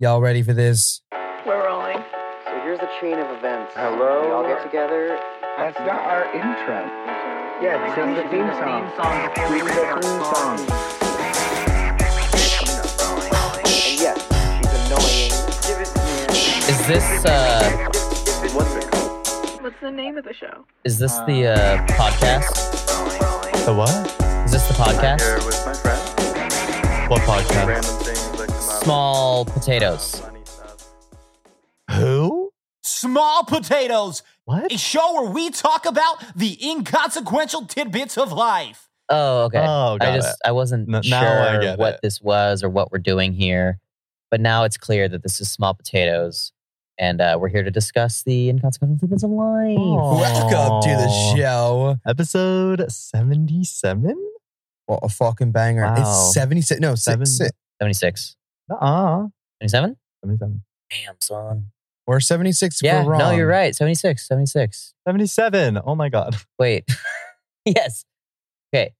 Y'all ready for this? We're rolling. So here's the chain of events. Hello? We all get together. That's not our intro. Yeah, it's just the theme song. Theme song. And yes, she's Is this uh annoying. What's it called? What's the name of the show? is this the uh podcast? The what? Is this the I'm here podcast? with my friends. What podcast? Random things that come up. Small potatoes. Funny stuff. Who? Small Potatoes, What? a show where we talk about the inconsequential tidbits of life. Oh, okay. Oh, got I just it. I wasn't N- sure now I get what it. this was or what we're doing here, but now it's clear that this is small potatoes, and uh, we're here to discuss the inconsequential tidbits of life. Aw. Welcome to the show. Episode 77? What a fucking banger! It's Wow. seventy six. No, Seven- six- seventy six. Uh-uh. Seventy seven. 77. Damn, son. Or 76 Yeah, if we're wrong. no, you're right. 76, 76. 77. Oh my God. Wait. yes. Okay.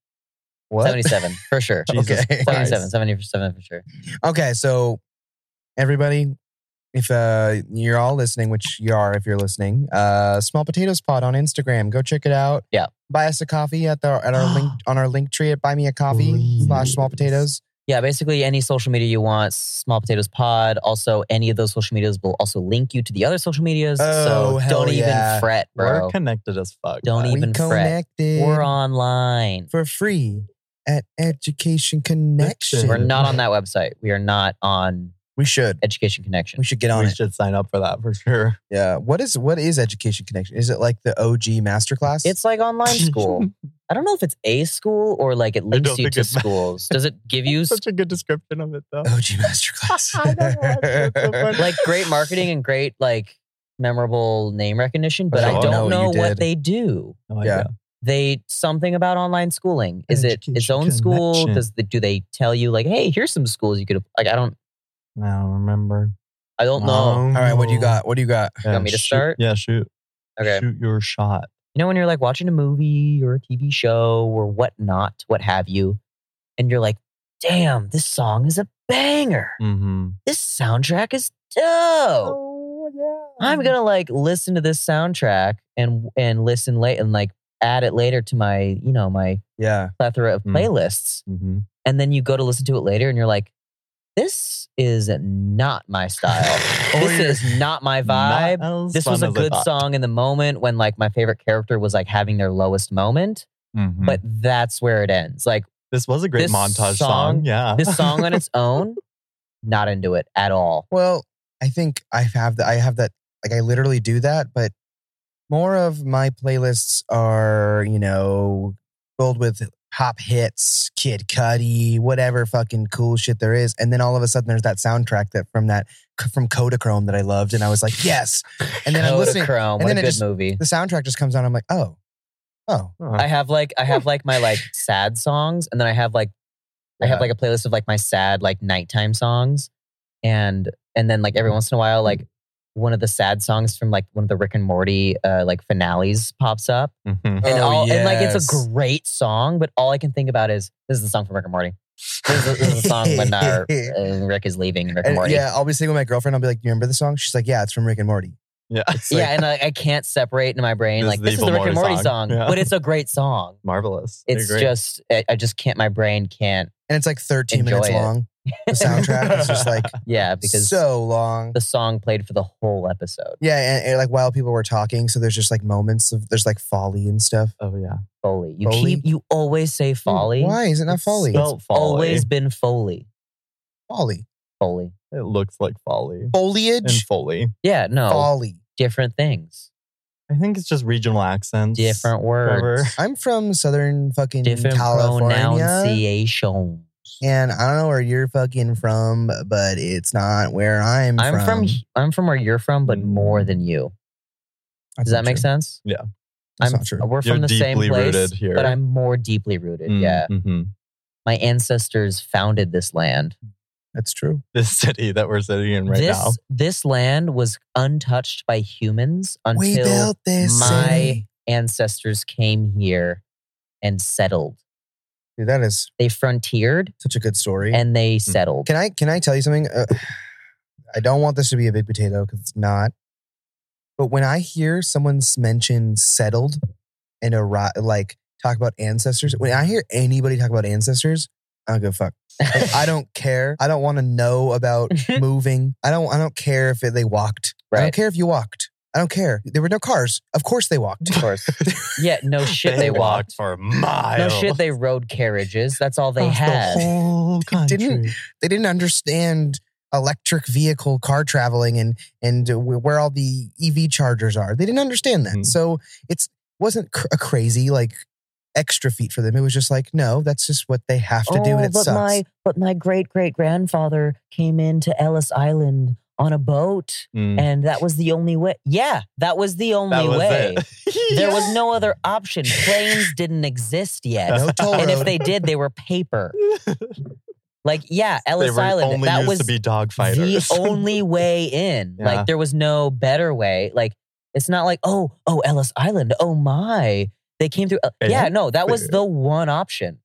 What? 77 for sure. Jesus Okay. Christ. 77, 77 for sure. Okay, so everybody, if uh, you're all listening, which you are if you're listening, uh, Small Potatoes Pod on Instagram. Go check it out. Yeah. Buy us a coffee at the at our link on our link tree at buy me a coffee slash small Please. potatoes. Yeah, basically any social media you want, Small Potatoes Pod. Also, any of those social medias will also link you to the other social medias. so Oh, hell don't even yeah. fret, bro. We're connected as fuck. Don't guys. even we fret. connected We're online. for free at Education Connection. We're not on that website. We are not on We should. Education Connection. We should get on We it. should sign up for that for sure. Yeah. What is what is Education Connection? Is it like the OG masterclass? It's like online school. I don't know if it's a school or like it links don't you think to it ma- schools. Does it give you Such a good description of it though. OG masterclass. I know, that's so funny. like great marketing and great like memorable name recognition, but Sure. I don't No, know you what did. they do. No Yeah. idea. They something about online schooling. Is it its Education own school? connection. Does the, do they tell you like, hey, here's some schools you could like? I don't, I don't remember. I don't know. All right, what do you got? What do you got? Yeah, want me to shoot- start? Yeah, shoot. Okay, Shoot your shot. you know when you're like watching a movie or a TV show or whatnot, what have you, and you're like, damn, this song is a banger. Mm-hmm. This soundtrack is dope. Oh yeah. I'm gonna like listen to this soundtrack and and listen late and like add it later to my you know my Yeah. plethora of Mm. playlists. Mm-hmm. And then you go to listen to it later and you're like, this is not my style. this is not my vibe. this was a good song in the moment when like my favorite character was like having their lowest moment, Mm. Mm-hmm. but that's where it ends. Like This was a great This montage song. song- Yeah. this song on its own, not into it at all. Well, I think I have that. I have that. Like I literally do that, but more of my playlists are you know filled with pop hits, Kid Cudi, whatever fucking cool shit there is, and then all of a sudden there's that soundtrack that from that from Kodachrome that I loved, and I was like, yes. And then I'm listening. Kodachrome, and what a then it good just- movie. The soundtrack just comes on. I'm like, oh, oh, I have like I have like my like sad songs, and then I have like I have Yeah. like a playlist of like my sad like nighttime songs, and and then like every once in a while like one of the sad songs from like one of the Rick and Morty uh, like finales pops up, Mhm. and Oh, all and like it's yes. a great song, but all I can think about is this is the song from Rick and Morty. This is, this is the song when our, uh, Rick is leaving Rick and, And, Morty. yeah. I'll be singing with my girlfriend. I'll be like, you remember the song? She's like, yeah, it's from Rick and Morty. Yeah. It's like, yeah, and like, I can't separate in my brain This like is the this is the Rick Evil and Morty Morty song, song. Yeah. but it's a great song. Marvelous. I It's agree. just I, I just can't. My brain can't. and it's like 13 minutes Enjoy it. long. The soundtrack is just like Yeah, because so long. the song played for the whole episode. yeah, and, and, like while people were talking, so there's just like moments of there's like folly and stuff. Oh yeah. Foley. You Foley? keep you always say Hmm. folly. Why is it not folly? It's Spelled folly. Always been Foley. folly. Foley. It looks like folly. And Foliage. folly. Yeah, no. Folly. Different things. I think it's just regional accents. Different words. Trevor. I'm from Southern fucking Different California, pronunciation. and I don't know where you're fucking from, but it's not where I'm. I'm from. Mm, from I'm from where you're from, but more than you. That's Does that not make true. sense? Yeah. That's I'm not true. we're You're from the same deeply place, rooted here. but I'm more deeply rooted. Mm, Yeah. mhm. My ancestors founded this land. That's true. This city that we're sitting in right this now. this land was untouched by humans until we built this. my- city. ancestors came here and settled. Dude, that is They frontiered such a good story. and they settled. Can I can I tell you something? Uh, I don't want this to be a big potato because it's not. But when I hear someone's mention settled and eri- like talk about ancestors, when I hear anybody talk about ancestors, I don't give a fuck. Like, I don't care. I don't want to know about moving. I don't. I don't care if they walked. I Right. don't care if you walked. I don't care. There were no cars. Of course they walked. Of course. yeah, no shit they walked. for a Oh, mile. No shit they rode carriages. That's all they Across the had. whole country. Didn't- they didn't understand electric vehicle car traveling and and where all the EV chargers are. They didn't understand that. Mhm. So it's wasn't cr- a crazy like extra feat for them. It was just like no, that's just what they have to do, and it Oh, but sucks. my but my great great grandfather came into Ellis Island on a boat, Mm. and that was the only way. Yeah, that was the only That was way. it. There was no other option. Planes didn't exist yet. no toll and if road. they did, they were paper. Like, yeah, they Ellis were Island. only That used was to be dogfighters. the only way in. Yeah. Like there was no better way. Like it's not like oh oh Ellis Island. Oh my, they came through. uh, Yeah. yeah, no, that was the one option.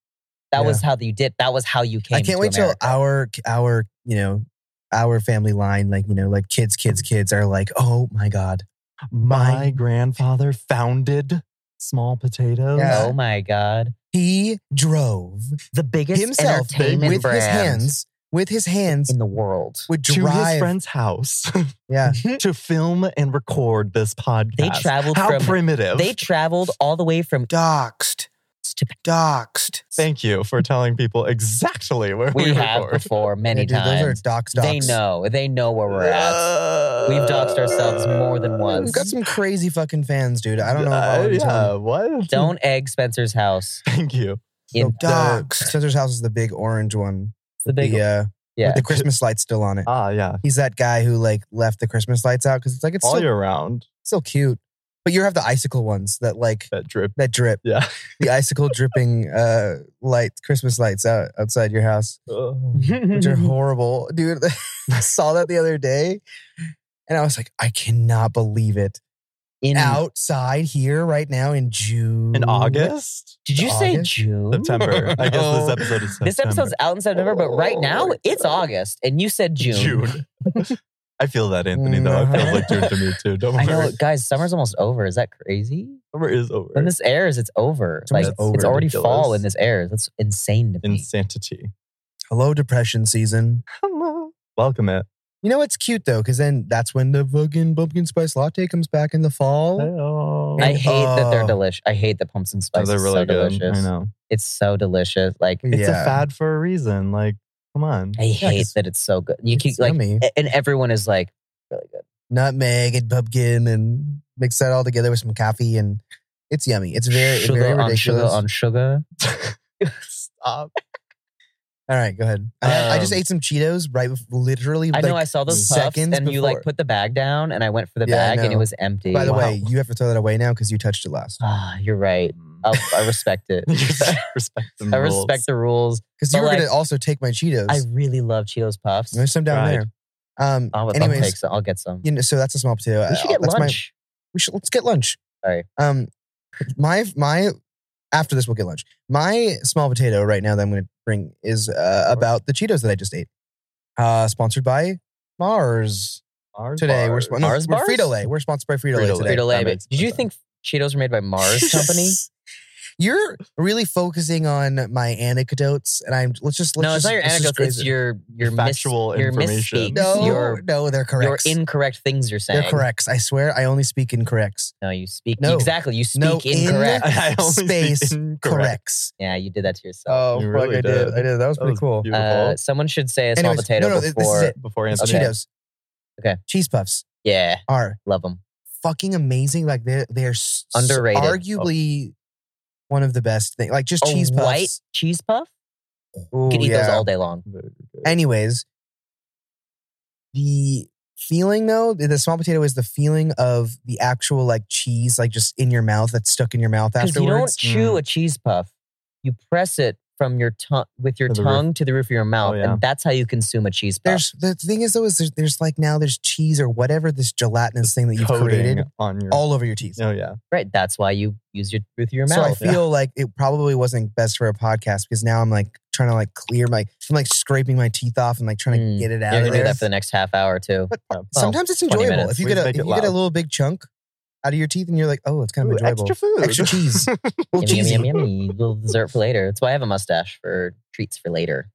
That was how you did. That was how you came. I can't to wait America. till our our you know our family line like you know like kids kids kids are like oh my god My grandfather founded small potatoes. Yeah. Oh my god, he drove the biggest himself entertainment with brand his hands with his hands in the world. would To his drive friend's house yeah to film and record this podcast. They traveled How from. primitive. they traveled all the way from doxed east to doxed Thank you for telling people exactly where we, we have record. before many Yeah, dude, times. Those are docs, docs. They know. They know where we're at. We've doxed ourselves more than once. We've got some crazy fucking fans, dude. I don't know. If Uh, all of you tell yeah, me. what? Don't egg Spencer's house. Thank you. In So docs. Spencer's house is the big orange one. the big the, uh, Yeah. with the Christmas lights still on it. Ah, yeah. He's that guy who like left the Christmas lights out because it's like it's All still, year round. still cute. But you have the icicle ones that like That drip. that drip Yeah. the icicle dripping uh light Christmas lights out outside your house, Ugh. which are horrible, dude. I saw that the other day, and I was like, I cannot believe it. in outside here right now in June. Mm. In August? Did you say August? June? September. I guess this No. episode is September. Oh. This episode's out in September, but right now Oh. it's August, and you said June. June. I feel that, Anthony, though. It feels like June to me, too. Don't I worry. know, guys. Summer's almost over. Is that crazy? Summer is over. When this airs, it's over. Summer's like over. it's already Ridiculous. fall when this airs. That's insane to me. Insanity. Hello, depression season. Welcome it. You know it's cute though, because then that's when the fucking pumpkin spice latte comes back in the fall. Hello. I hate that they're Oh. delicious. I hate that pumpkin Oh, spice. they're is really so good. delicious. I know. It's so delicious. Like Yeah. It's a fad for a reason. Like, come on. I hate 'cause that it's so good. You it's keep like, yummy. a- and everyone is like, really good. Nutmeg and pumpkin, and mix that all together with some coffee, and it's yummy. It's very, sugar very on sugar ridiculous. on sugar. Stop. all right, go ahead. I, had- I just Um, ate some Cheetos right, bef- literally. I know I like- saw those puffs, and seconds you like before. put the bag down, and I went for the Yeah, I bag, and it know. was empty. By the Wow. way, you have to throw that away now because you touched it last. ah, you're right. I'll, I respect it. respect the I rules. respect the rules. Because you But, were like, gonna also take my Cheetos. I really love Cheetos puffs. There's some down Right. there. Um. I'll, I'll anyways, take some. I'll get some. you know, so that's a small potato. Uh, we should get That's my- lunch. we should let's get lunch. Alright. Um, my my after this we'll get lunch. My small potato right now that I'm going to bring is uh, about the Cheetos that I just ate. Uh, sponsored by Mars Mars today. bars. We're, spon- no, Mars we're bars? Frito Lay. We're sponsored by Frito Lay Frito-Lay. today. Frito Lay. That Did makes you sense. think Cheetos were made by Mars Company? You're really focusing on my anecdotes, and I'm let's just let's no, it's just, not your let's just anecdote. graze It's it. your your mis- Factual your information. misspeaks. no, your, no, they're your correct. incorrect things you're saying. they're correct. I swear, I only speak incorrects. No, you speak No. exactly. You speak No, in- incorrect. I only speak Space incorrect. corrects. yeah, you did that to yourself. Oh, You fuck, really I did. did. I did. That was That pretty was cool. beautiful. uh, someone should say a small Anyways, potato no, no, this- this is before. it. Before It's Anthony. Okay. Cheetos. Okay. Cheese puffs Yeah, are love them. fucking amazing. Like they're they're s- Underrated. Oh. arguably one of the best things. Like just A cheese puffs. white cheese puff. Ooh, You can eat those yeah. all day long. Anyways, the feeling though, the, the small potato is the feeling of the actual like cheese, like just in your mouth that's stuck in your mouth Because you don't afterwards. Mm. chew a cheese puff. You press it from your tongue with your To the roof. tongue to the roof of your mouth, yeah. and that's how you consume a cheese puff. Oh, There's the thing is though is there's, there's like now there's cheese or whatever this gelatinous thing that you've created Coating on your. all over your teeth. Oh yeah. right. That's why you use your roof of your So I mouth. feel like it probably wasn't best for a podcast because now I'm like trying to like clear my, I'm like scraping my teeth off and like trying to Mm. get it out You're of gonna do there. that for the next half hour too. But Oh, well, Sometimes it's 20 enjoyable minutes. if you We get a make if it you get a loud. little big chunk out of your teeth and you're like, oh, it's kind of Ooh, enjoyable. extra food. Extra cheese, little yummy, cheesy. yummy, yummy, yummy. Little dessert for later. That's why I have a mustache for treats for later.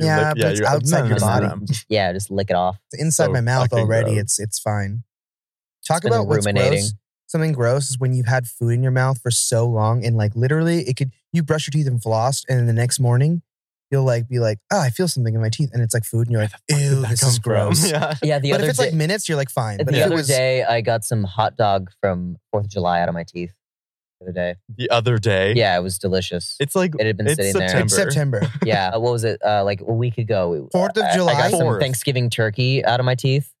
Your Yeah, lip- but it's your- outside your body. Yeah, just lick it off. It's inside So my mouth fucking already. gross. It's it's fine. Talk been about what's ruminating. gross. Something gross is when you've had food in your mouth for so long and like literally it could you brush your teeth and floss and then the next morning you'll like be like, oh, I feel something in my teeth and it's like food and you're like, ew, That this comes is gross. from. Yeah. Yeah, the But other if it's day, like minutes, you're like fine. But the if it other was day I got some hot dog from Fourth of July out of my teeth. The other day, The other day. yeah, it was delicious. It's like it had been it's sitting September. it's September. there. Yeah, what was it? Uh, like a week ago. we- Fourth of I- I July? got some Fourth. Thanksgiving turkey out of my teeth.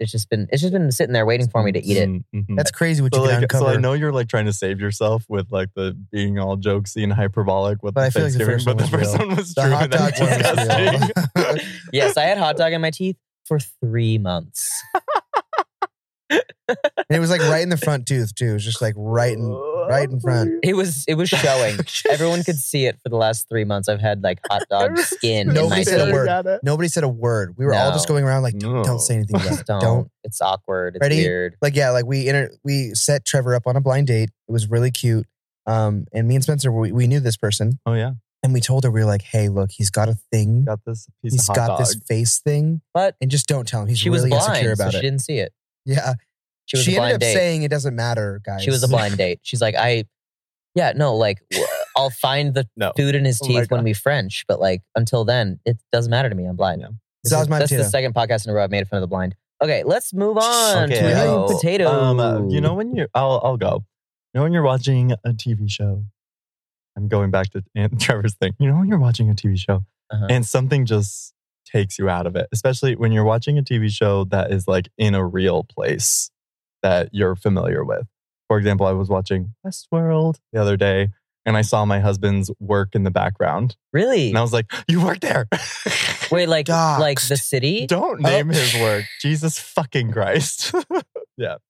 it's just been it's just been sitting there waiting for me to eat it. Mm, mhm. That's crazy what so you can like, so uncover. I know you're like trying to save yourself with like the being all jokesy and hyperbolic with But the I feel like the Thanksgiving, first one was but the first real. one was The true. hot and that's dog one was real. disgusting. Yes, I had hot dog in my teeth for three months. and it was like right in the front tooth too. It was just like right in right in front. It was it was showing. Everyone could see it for the last three months. I've had like hot dog Everyone's skin in my Nobody said a teeth. word. Nobody said a word. We were all No. just going around like, don't, No. don't say anything about Just it. don't. don't It's awkward. It's Ready? weird. like yeah, like we inter- we set Trevor up on a blind date. It was really cute. Um, and me and Spencer, we, we knew this person, Oh yeah, and we told her we were like, hey, look, he's got a thing. got this piece He's of hot got dog. this face thing, But and just don't tell him. He's she was really blind, insecure so about she it. didn't see it. Yeah, She was a blind ended up date. saying it doesn't matter, guys. she was a blind date. She's like, I, yeah, no, like w- I'll find the No. food in his Oh my teeth when God. we French, but like until then, it doesn't matter to me. I'm blind. Yeah. This So that is- was my that's the potato. second podcast in a row I've made fun of the blind. Okay, let's move on Okay, uh, to I'll- potato. Um, uh, you know when you, I'll, I'll go. You know when you're watching a TV show. I'm going back to Aunt Trevor's thing. You know when you're watching a TV show Uh-huh. and something just takes you out of it, especially when you're watching a TV show that is like in a real place that you're familiar with. For example, I was watching Westworld the other day and I saw my husband's work in the background. really? And I was like, You work there. Wait, Oh. like like the Doxed. city? Don't name his work. Jesus fucking Christ.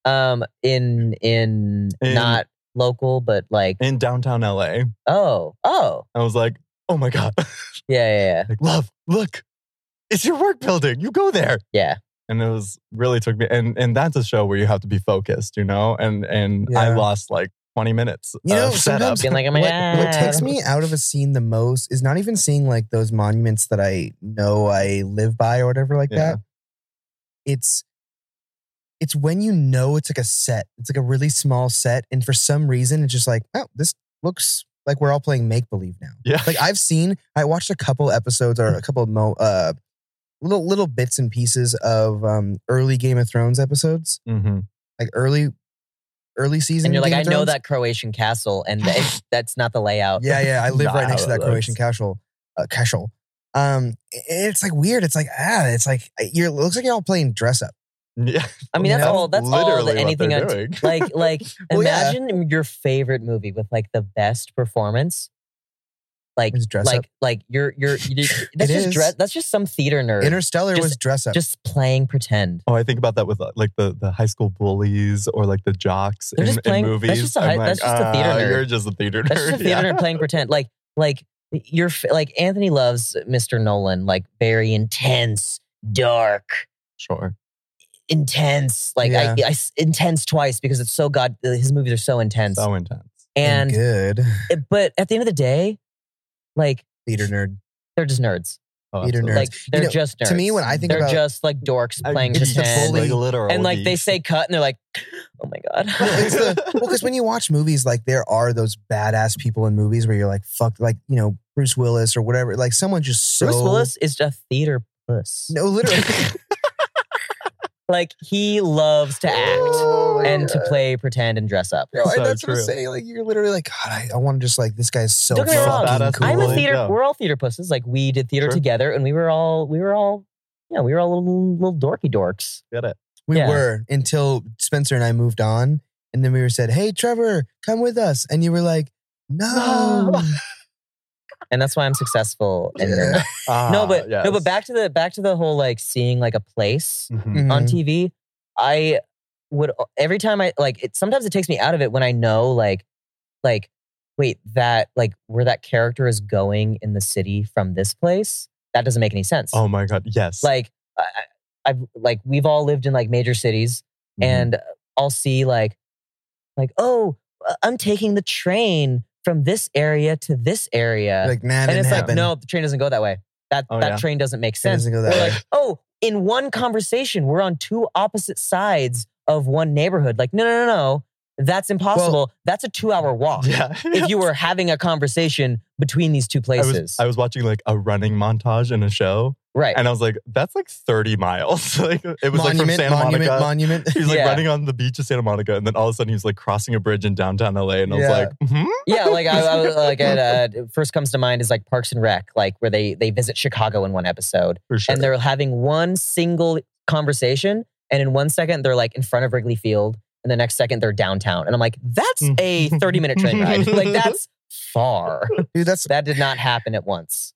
um in in, In- not local but like in downtown LA. oh oh I was like, oh my God. yeah yeah Like, love, look, it's your work building. You go there. yeah And it was really took me and and that's a show where you have to be focused, you know? And and I Yeah. lost like 20 minutes You know, of setup. sometimes- being like oh my what, god what takes me out of a scene the most is not even seeing like those monuments that I know I live by or whatever like Yeah. that. It's it's when you know it's like a set. It's like a really small set, and for some reason, it's just like, oh, this looks like we're all playing make believe now. Yeah. Like I've seen, I watched a couple episodes or a couple of mo, uh, little little bits and pieces of um, early Game of Thrones episodes, hmm like early early season. and you're like Game I of know Thrones." that Croatian castle and that- it's- that's not the layout Yeah, yeah. I live Nah, right next to that that's- Croatian casual, uh, casual. Um, i- it's like weird. It's like ah, it's like you're. It looks like you're all playing dress up. Yeah. I mean that's That's all that's all literally that anything what on they're t- doing. like like Well, yeah. imagine your favorite movie with like the best performance like It's dress like up. like you're you're, you that's It just is. dress that's just some theater nerd Interstellar just- was dress up. just playing pretend Oh, I think about that with uh, like the, the high school bullies or like the jocks They're in, just in playing- that's movies. just a I'm high- like, that's just a theater "Ah, nerd." You're just a theater nerd. That's just a theater yeah. nerd playing pretend. Like, like you're f- like Anthony loves Mr. Nolan, like very intense, dark, Sure. intense. Like I Yeah. I, s- intense twice because it's so god. His movies are so intense. So intense. and good it- but at the end of the day, like theater nerd. they're just nerds. Oh, Theater absolutely. Nerds. Like You they're know, just nerds. to me, when I think they're about- just like dorks I- playing it's the pretend. bully- literal and like they geeks. say cut, and they're like, oh my god. it's the well, because when you watch movies, like there are those badass people in movies where you're like, fuck, like you know Bruce Willis or whatever. Like someone just so Bruce Willis is a theater puss. No, literally. Like he loves to act Oh my and to God. play pretend and dress up. No, I- So that's what true. I'm saying. Like you're literally like, God, I, I want to just like this guy's so Don't get me wrong. fucking Badass cool. I'm a Really? theater. Yeah. We're all theater pussies. Like we did theater Sure. together, and we were all we were all yeah, we were all little, little dorky dorks. Get it. We Yeah. were until Spencer and I moved on. And then we were said, Hey, Trevor, come with us. And you were like, No. No. And that's why I'm successful. And they're Yeah. not. no, Ah, but no, yes. but back to the back to the whole like seeing like a place Mhm. Mhm. on TV. I would every time I like it. Sometimes it takes me out of it when I know like like wait, that like where that character is going in the city from this place, that doesn't make any sense. Oh my god, yes. Like I, I- I've like we've all lived in like major cities, Mhm. and I'll see like like oh, uh, I'm taking the train from this area to this area, Like, nah, and didn't it's like happen. no, the train doesn't go that way. That Oh, that yeah. train doesn't make It sense. doesn't go that We're way. like, oh, in one conversation, we're on two opposite sides of one neighborhood. Like, no, no, no, no. That's impossible. That's a two hour walk. yeah. If you were having a conversation between these two I places. was, I was watching like a running montage in a show, right. and I was like, "That's like 30 miles." like it was like from Santa monument, Monica. monument. He was like Yeah. running on the beach of Santa Monica, and then all of a sudden he was like crossing a bridge in downtown LA, and I was Yeah. like, hmm? yeah, like I, I was like at, uh, first comes to mind is like Parks and Rec, like where they they visit Chicago in one episode for sure. and they're having one single conversation and in one second they're like in front of Wrigley Field and the next second they're downtown and I'm like that's a Mm. 30 minute train ride. like that's far. Dude, that's That did not happen at once.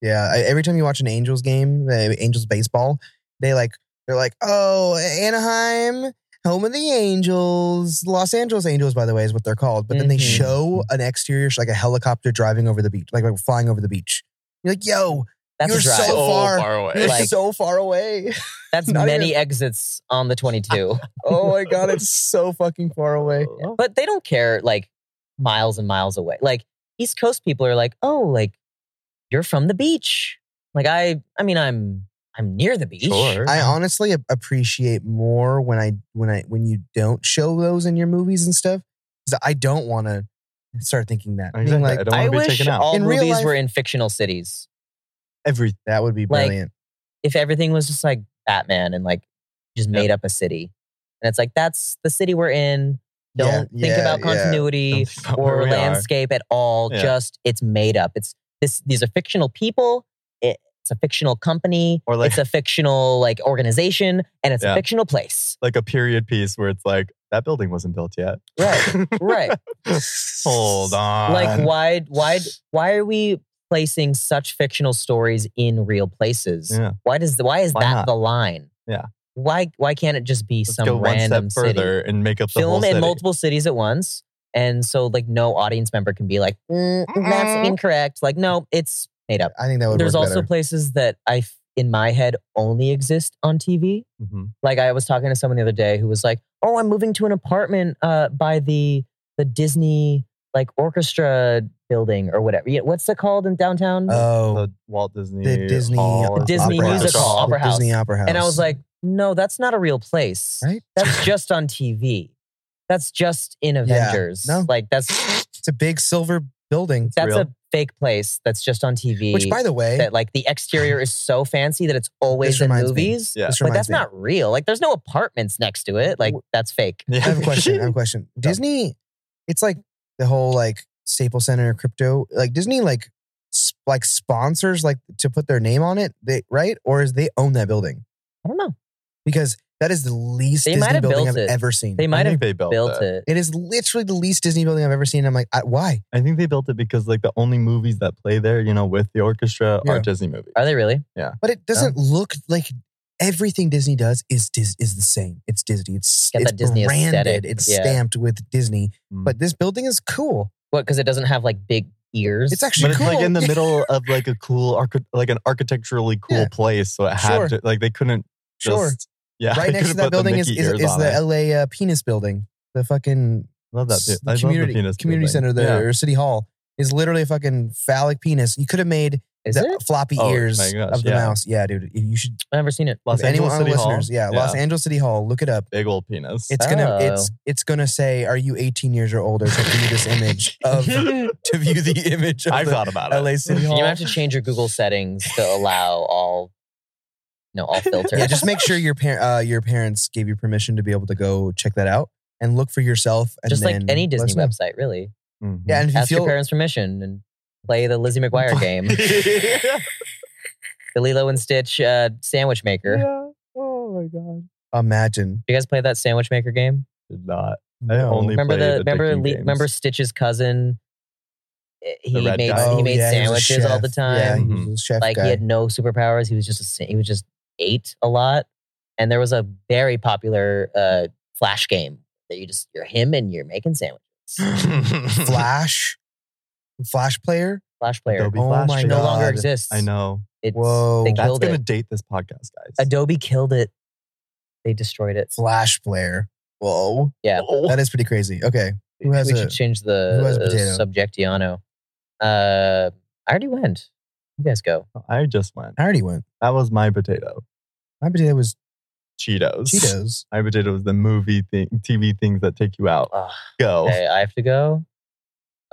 yeah. I, every time you watch an Angels game, the Angels baseball, they like they're like, oh, Anaheim, home of the Angels, Los Angeles Angels, by the way, is what they're called. But then they Mhm. show an exterior, like a helicopter driving over the beach, like, like flying over the beach. You're like, yo, That's You're a drive. so far. away. you're Like- so far away. That's not many exits on the 22. oh my god, it's so fucking far away. but they don't care like miles and miles away. Like East Coast people are like, "Oh, like you're from the beach." Like I I mean I'm I'm near the beach. Sure. I honestly ap- appreciate more when I when I when you don't show those in your movies and stuff. 'Cause I don't want to start thinking that. Being Exactly. like, I don't I want to be wish taken out. all In real movies life- were in fictional cities. every that would be Like- brilliant. If everything was just like Batman and like just made up a city. And it's like that's the city we're in. Don't Yeah, think yeah, about yeah. continuity Don't think about where or we are. landscape at all. Yeah. Just it's made up. It's this these are fictional people. It, it's a fictional company. Or like- it's a fictional like organization and it's Yeah. a fictional place. like a period piece where it's like that building wasn't built yet. Right. Right. Hold on. like why why why are we placing such fictional stories in real places? Yeah. Why does the, why is Why that not? the line? Yeah. Why why can't it just be Let's some go one random step further and make up city? the whole Film city. in multiple cities at once. And so like no audience member can be like, "Mm, that's incorrect. Like, no, it's made up. I think that would. There's work also better. places that I f- in my head only exist on TV. Mhm. Like I was talking to someone the other day who was like, "Oh, I'm moving to an apartment uh, by the the Disney like orchestra building or whatever. Yeah, what's it called in downtown? oh The Walt Disney, the Disney Hall or Disney something. Music Hall, Opera The Disney House. Opera House. and I was like, "No, that's not a real place. right? That's just on TV. That's just in Avengers. no. Like that's It's a big silver building. that's real. a fake place. That's just on TV. Which, by the way, that like the exterior is so fancy that it's always in reminds me. movies. Yeah. this But reminds that's me. not real. Like, there's no apartments next to it. Like, that's fake. Yeah. I have a question. I have a question. Disney, it's like the whole like Staples Center crypto. Like Disney, like sp- like sponsors like to put their name on it. They right or is they own that building I don't know. because that is the least They might Disney have building built I've it. ever seen. They I might think have they built, built it. it. it is literally the least Disney building I've ever seen. I'm like, I, why? I think they built it because like the only movies that play there, you know, with the orchestra are Yeah. Disney movies. Are they really? But it doesn't look like everything Disney does is Dis- is the same. It's Disney. It's Got it's that Disney branded. aesthetic. It's Yeah. stamped with Disney. Mm. But this building is cool. What? Because it doesn't have like big ears. It's actually But it's cool. like in the Yeah. middle of like a cool, archi- like an architecturally cool Yeah. place, so it had Sure. to like they couldn't just Sure. yeah. right next they to couldn't that put the building is, Mickey is, ears is on the it. LA uh, penis building. The fucking love that s- dude. I love the community, penis community building. center there Yeah. or city hall is literally a fucking phallic penis. You could have made Is the it? floppy Oh, ears my gosh, of the yeah. mouse. Yeah, dude. You should I've never seen it. Los if anyone Angeles on the City Hall. listeners. Yeah, Los Angeles City Hall. Look it up. Big old penis. It's gonna Oh. it's it's gonna say, "Are you 18 years or older to view this image of to view the image of I've the thought about it. LA City You Hall?" might have to change your Google settings to allow all, you know, all filters. yeah, just make sure your par- uh, your parents gave you permission to be able to go check that out and look for yourself. And Just like then any let Disney us know. website, really. Mhm. Yeah, and if you Ask feel your parents' permission and play the Lizzie McGuire game, the Lilo and Stitch uh, sandwich maker. yeah. Oh my god. imagine. You guys play that sandwich maker game? Did not. I No. only remember played the remember addicting Le- games. remember Stitch's cousin. Eh, He red made guy. Oh, he made Oh, yeah, was a sandwiches all chef. the time. Yeah, he Mhm. was a chef like guy. he had no superpowers. He was just a, sa- he was just ate a lot. And there was a very popular uh, flash game that you just you're him and you're making sandwiches. Flash Flash player. Flash player. Adobe Oh Flash. my It no Player. God. longer exists. I know. It's, Whoa. They That's That's killed going to it. date this podcast, guys. Adobe killed it. They destroyed it. Flash player. Whoa. Yeah. Oh. That is pretty crazy. Okay. Who has we a should change who has the potato? subjectiano. Uh, I already went. You guys go. I just went. I already went. That was my potato. My potato was Cheetos. Cheetos. My potato was the movie thing, TV things that take you out. Ugh, Go. okay, I have to go.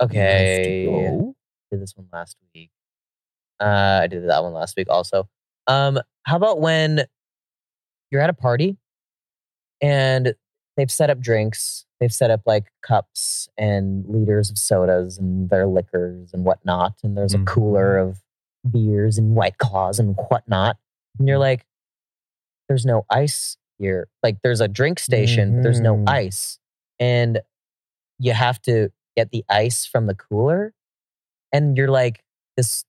Okay, You have to go. did this one last week. Uh, I did that one last week also. Um, how about when you're at a party and they've set up drinks, they've set up like cups and liters of sodas and their liquors and whatnot, and there's a Mhm. cooler of beers and white claws and whatnot, and you're like, there's no ice here. Like there's a drink station, but there's no Mhm. ice, and you have to get the ice from the cooler, and you're like, this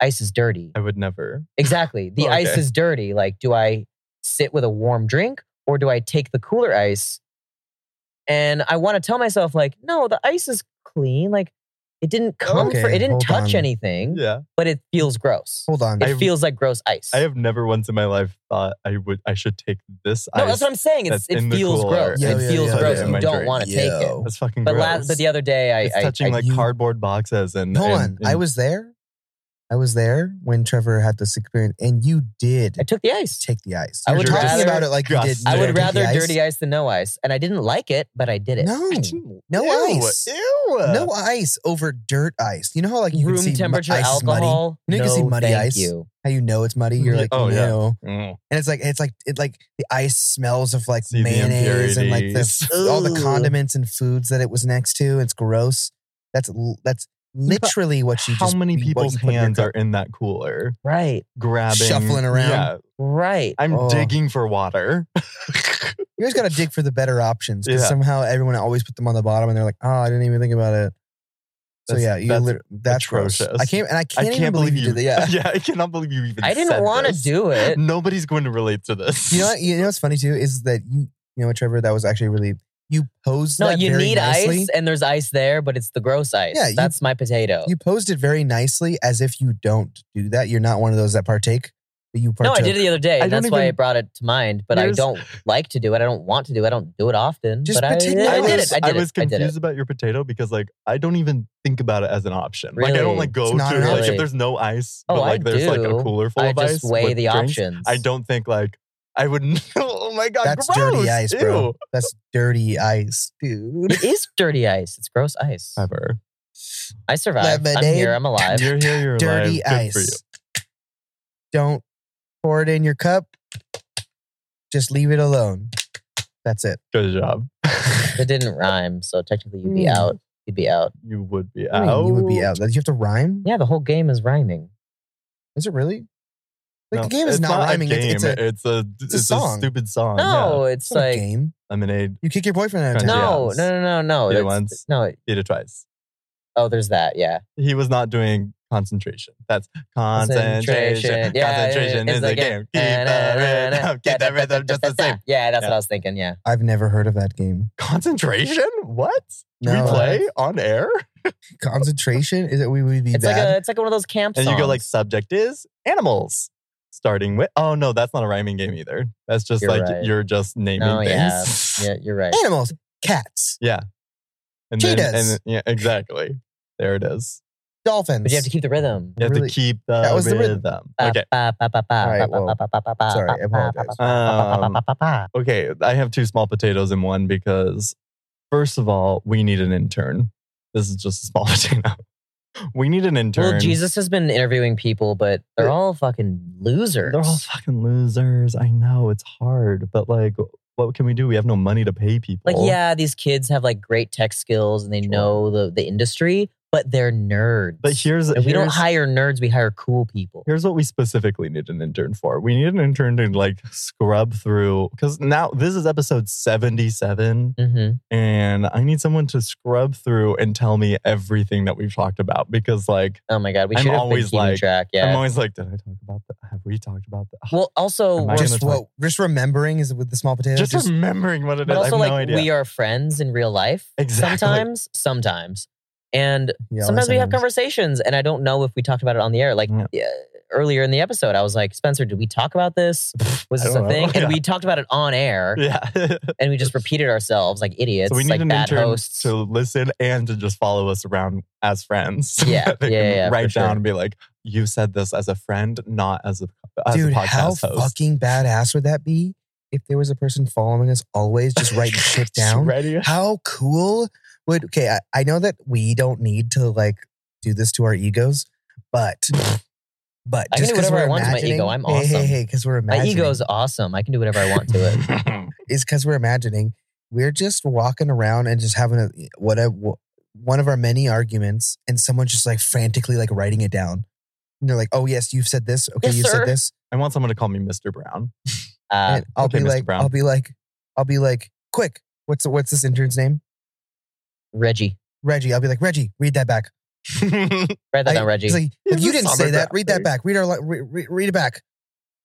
ice is dirty. I would never. Exactly. The ice Okay. is dirty. Like, do I sit with a warm drink or do I take the cooler ice? And I want to tell myself, like, no, the ice is clean. Like, it didn't come for, Okay, it didn't hold touch on. Hmm. anything, Yeah. but it feels gross. Hold on. It I- feels like gross ice. I have never once in my life thought I would I should take this no, ice. that's what I'm saying. It's, that's it in the feels cooler. gross. Yeah, it yeah, feels yeah, gross. yeah. You My don't drink. want to take it. Yo. That's fucking But gross. last, but the other day, I, it's I, touching I- like you- cardboard boxes and Hold and- on. and- I was there. I was there when Trevor had this experience, and you did I took the ice. take the ice. I You were would talking rather- about it like you did. Disgusting. I would take the rather ice. dirty ice than no ice, and I didn't like it, but I did it. No, I didn't- no Ew, ice. Ew. no ice over dirt ice. You know how like you can room see mu- temperature ice is muddy? alcohol. You know you can see no, muddy thank ice. you. How you know it's muddy? You're Yeah. like, Oh, oh yeah. no, Mm. and it's like it's like it like the ice smells of like See the mayonnaise and like the, impurities. all the Ugh. condiments and foods that it was next to. It's gross. That's l- that's literally what you. How just, many what you people's put in your hands cup. are in that cooler? Right. Grabbing, Shuffling around. Yeah, Right. I'm Oh. digging for water. You always got to dig for the better options because Yeah. somehow everyone always put them on the bottom, and they're like, "Oh, I didn't even think about it." So That's- yeah, you that's that's, that's gross. atrocious. I can't and I I can't, can't even believe you did that. Yeah. I cannot believe you even. I said didn't want to this. do it. Nobody's going to relate to this. You know what? You know what's funny too is that you you know what, Trevor, that was actually really you posed No, that you very need nicely. ice, and there's ice there, but it's the gross ice. Yeah, you- That's my potato. You posed it very nicely as if you don't do that. You're not one of those that partake, but you no, partake. I did it the other day, I and don't that's why I even- brought it to mind. But I Here's- don't like to do it. I don't want to do it. I don't do it often. Just but I, I did pretend it. that I was- did it. I did was it. I confused did it. about your potato because like I don't even think about it as an option. Like I don't Really? like go It's to not an like if option. there's no ice, Oh, but I like there's like a do. cooler full I of ice. just weigh with the drinks, options. I don't think like I would. oh my god, That's gross. dirty ice, bro. Ew. That's dirty ice, dude. It is dirty ice. It's gross ice. Ever. I survived. I'm Lemonade. here. I'm alive. You're here. You're dirty alive. Good for you. ice. Don't pour it in your cup. Just leave it alone. That's it. Good job. It didn't rhyme, so technically you'd be Mm. out. You'd be out. you would be I out. mean, you would be out. You have to rhyme. Yeah, the whole game is rhyming. Is it really? Like the No, game is it's not, rhyming. A It's- game. It's, a, it's a a it's song. stupid song. No, Oh, yeah. it's it's not a like game. lemonade. You kick your boyfriend out of Crunch town. no, jams. no, no, no, no. Did it That's- once. No. Did it twice. Oh, there's that. Yeah. He was not doing concentration. That's concentration. Concentration. Yeah, concentration it's is a like a- game. Keep the rhythm. Get the rhythm just the same. Yeah, that's what Yeah. I was thinking. Yeah. I've never heard of that game. Concentration? What? No. We play on air? Concentration is it? We would be It's like bad. a, it's like one of those camp And songs. you go like subject is animals. Starting with oh no, that's not a rhyming game either. That's just You're like right. you're just naming No, yeah. things. yeah, you're right. Animals, cats, Yeah. And Then, and Cheetahs. then- yeah, exactly. There it is. dolphins. But you have to keep the rhythm. You have Really- to keep the That was the rhythm. rhythm. Ah. Okay. Ba, ba, ba, ba, All right, ba, well, ba, ba, ba, ba, sorry, I ba, ba, apologize. ba, ba, Um, ba, ba, ba. Okay, I have two small potatoes in one because, first of all, we need an intern. This is just a small potato. We need an intern. Well, Jesus has been interviewing people, but they're all fucking losers. They're all fucking losers. I know it's hard, but like, what can we do? We have no money to pay people. like, yeah, these kids have like great tech skills and they know the, the industry, but they're nerds. But here's And we don't here's- hire nerds, we hire cool people. Here's what we specifically need an intern for. We need an intern to like scrub through because now this is episode 77, hmm and I need someone to scrub through and tell me everything that we've talked about because like Oh my god, we I'm should have always been keeping like- track. Yeah. I'm always like, did I talk about that? Have we talked about oh, that? well, Am also, I we're- gonna just talk- what? Just remembering is with the small potato. just, Just, remembering what it is. but I also have like no idea. we are friends in real life. Exactly. Sometimes, sometimes, And Yeah, sometimes we have sometimes. conversations, and I don't know if we talked about it on the air. Like Yeah. yeah, earlier in the episode, I was like, Spencer, did we talk about this? Was I this a don't know. thing? And Yeah. we talked about it on air, Yeah. and we just repeated ourselves like idiots, so we need like an bad intern hosts. to listen and to just follow us around as friends. Yeah, That they yeah, can yeah, yeah, for Write sure. down and be like, you said this as a friend, not as a as Dude, a how podcast host. fucking badass would that be if there was a person following us always, just writing shit down? Ready? How cool would okay? I, I know that we don't need to like do this to our egos, but but I can just do 'cause we're whatever I want to my imagining- ego. I'm hey, Hey, awesome. hey, because we're My imagining. ego is awesome. I can do whatever I want to it. is because we're imagining. We're just walking around and just having a eh, what a one of our many arguments, and someone just like frantically like writing it down. And they're like, "Oh yes, you've said this. Okay, Yes, you've sir. said this." I want someone to call me Mr. Brown. Uh, and I'll okay, be Mr. like, Brown. I'll be like, I'll be like, quick, what's what's this intern's name? Reggie, Reggie. I'll be like, Reggie, read that back. write that I- down, Reggie. he's like, He's "Well, you a didn't say summer that. Read that graphic. back. Read our li- re- re- read it back.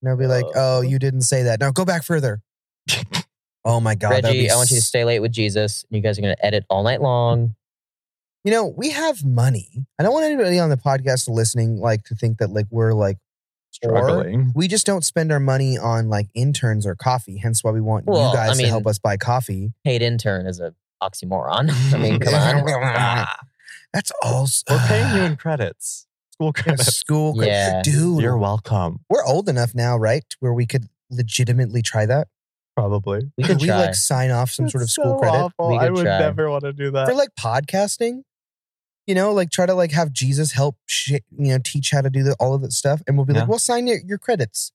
And I'll be like, Uh. oh, you didn't say that. Now go back further. oh my god, that'd Reggie, be I want you to s- stay late with Jesus. You guys are going to edit all night long. You know, we have money. I don't want anybody on the podcast listening like to think that like we're like or Struggling. we just don't spend our money on like interns or coffee. Hence why we want Well, you guys I mean- to help us buy coffee. Paid intern is a oxymoron. I mean, come on. Ah, That's all. s- We're paying you in credits. School credits. school. cra- Yeah. dude. You're welcome. we're old enough now, right? Where we could legitimately try that. Probably. We could we try. like sign off some sort of It's school so credit awful. We I could would try. never want to do that. for like podcasting? You know, like try to like have Jesus help sh- you know teach how to do the, all of that stuff, and we'll be Yeah. like, we'll sign your, your credits.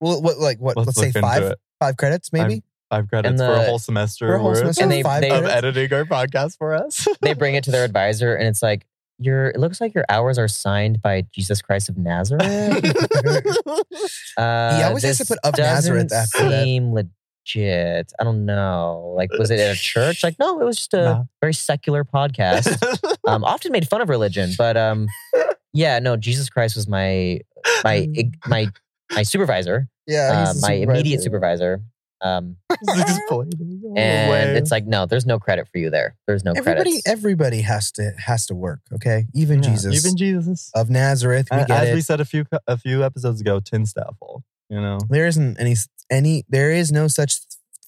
Well, what like what? Let's, say look into five it. five credits maybe. Five credits the- for a whole semester. For a whole worth semester, And they- five they- of credits. editing our podcast for us. they bring it to their advisor, and it's like, your, it looks like your hours are signed by Jesus Christ of Nazareth. Uh, always has to this put of doesn't Nazareth after that. seem legit. I don't know. Like, was it at a church? Like, no, it was just a No. very secular podcast. um, often made fun of religion, but um, yeah, no, Jesus Christ was my my my my supervisor, Yeah, uh, he's the my immediate supervisor. supervisor. Um, Explaining all the and way. it's like, no, there's no credit for you there. There's no Everybody, e- credits. everybody has to has to work. Okay, even Yeah, Jesus Even Jesus. of Nazareth. We A- get As it. we said a few co- a few episodes ago, Tinstaffel. You know, there isn't any any. There is no such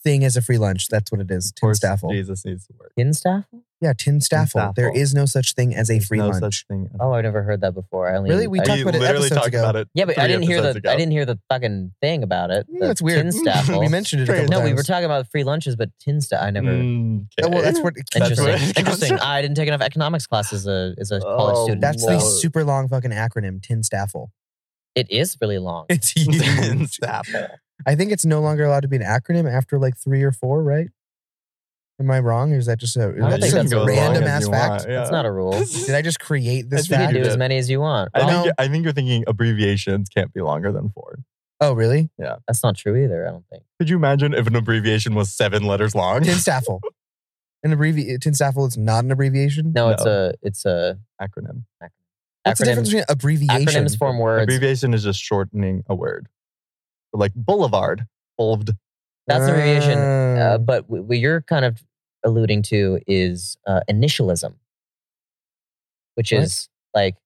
thing as a free lunch. That's what it is. Of course, Tinstaffel. Jesus needs to work. in staff? Yeah, tin staffel. There Tinstaffel. is no such thing as a There's free no lunch. such thing. as- Oh, I've never heard that before. I only Really? We I- talked we about it literally episodes talked ago. about it. yeah, but I three didn't hear the episodes ago. I didn't hear the fucking thing about it. Mm, the that's weird. Tinstaffel. we mentioned it a couple No, we were times. talking about free lunches, but Tinsta. I never. Mm, Oh, well, that's okay. what. That's Interesting. where it comes Interesting. from. I didn't take enough economics class as a as a college Oh, student. That's so the Lord. super long fucking acronym, tin staffel. it is really long. It's huge. Tinstaffel. I think it's no longer allowed to be an acronym after like three or four, right? Am I wrong, or is that just a, don't that's think just that's a as long random as ass you fact? want, yeah. That's not a rule. Did I just create this I think You you can fact? do did. as many as you want. I Well, think, I think you're thinking abbreviations can't be longer than four. Oh, really? that's not true either. I don't think. Could you imagine if an abbreviation was seven letters long? Tin staffel. An abbrevi- tin staffel is not an abbreviation. No, it's No. a it's a Acronym. What's the difference acronym. between abbreviation? Acronyms form words. Abbreviation is just shortening a word. So like boulevard, bulved. That's an abbreviation. Uh, Uh, but w- what you're kind of alluding to is uh, initialism, which What? is like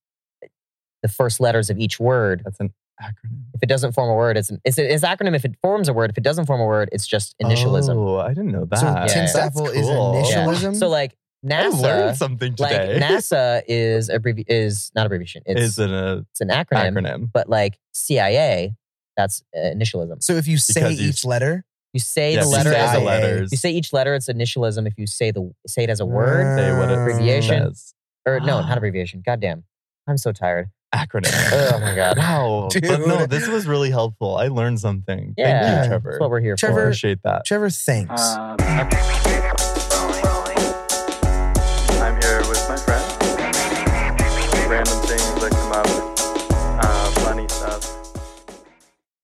the first letters of each word. That's an acronym. If it doesn't form a word, it's an, it's, a, it's an acronym. If it forms a word, if it doesn't form a word, it's just initialism. Oh, I didn't know that. So tin That's staffel is cool. Yeah. Initialism? So like Oh, I learned NASA, something like today. NASA is abbrevi- is not abbreviation. It's, is an uh, it's an acronym, acronym. But like CIA, that's uh, initialism. so if you say Because you- each letter, You say Yeah, the if you letter say as CIA. a the letters. You say each letter, it's initialism. If you say the say it as a word, say what it Abbreviation? says. or no, not abbreviation. Goddamn, I'm so tired. Acronym. Oh my God. Wow. But no, Dude. this was really helpful. I learned something. Yeah. Thank you, That's what Trevor. we're here Trevor- for. Appreciate that. Trevor, thanks. Um, Uh,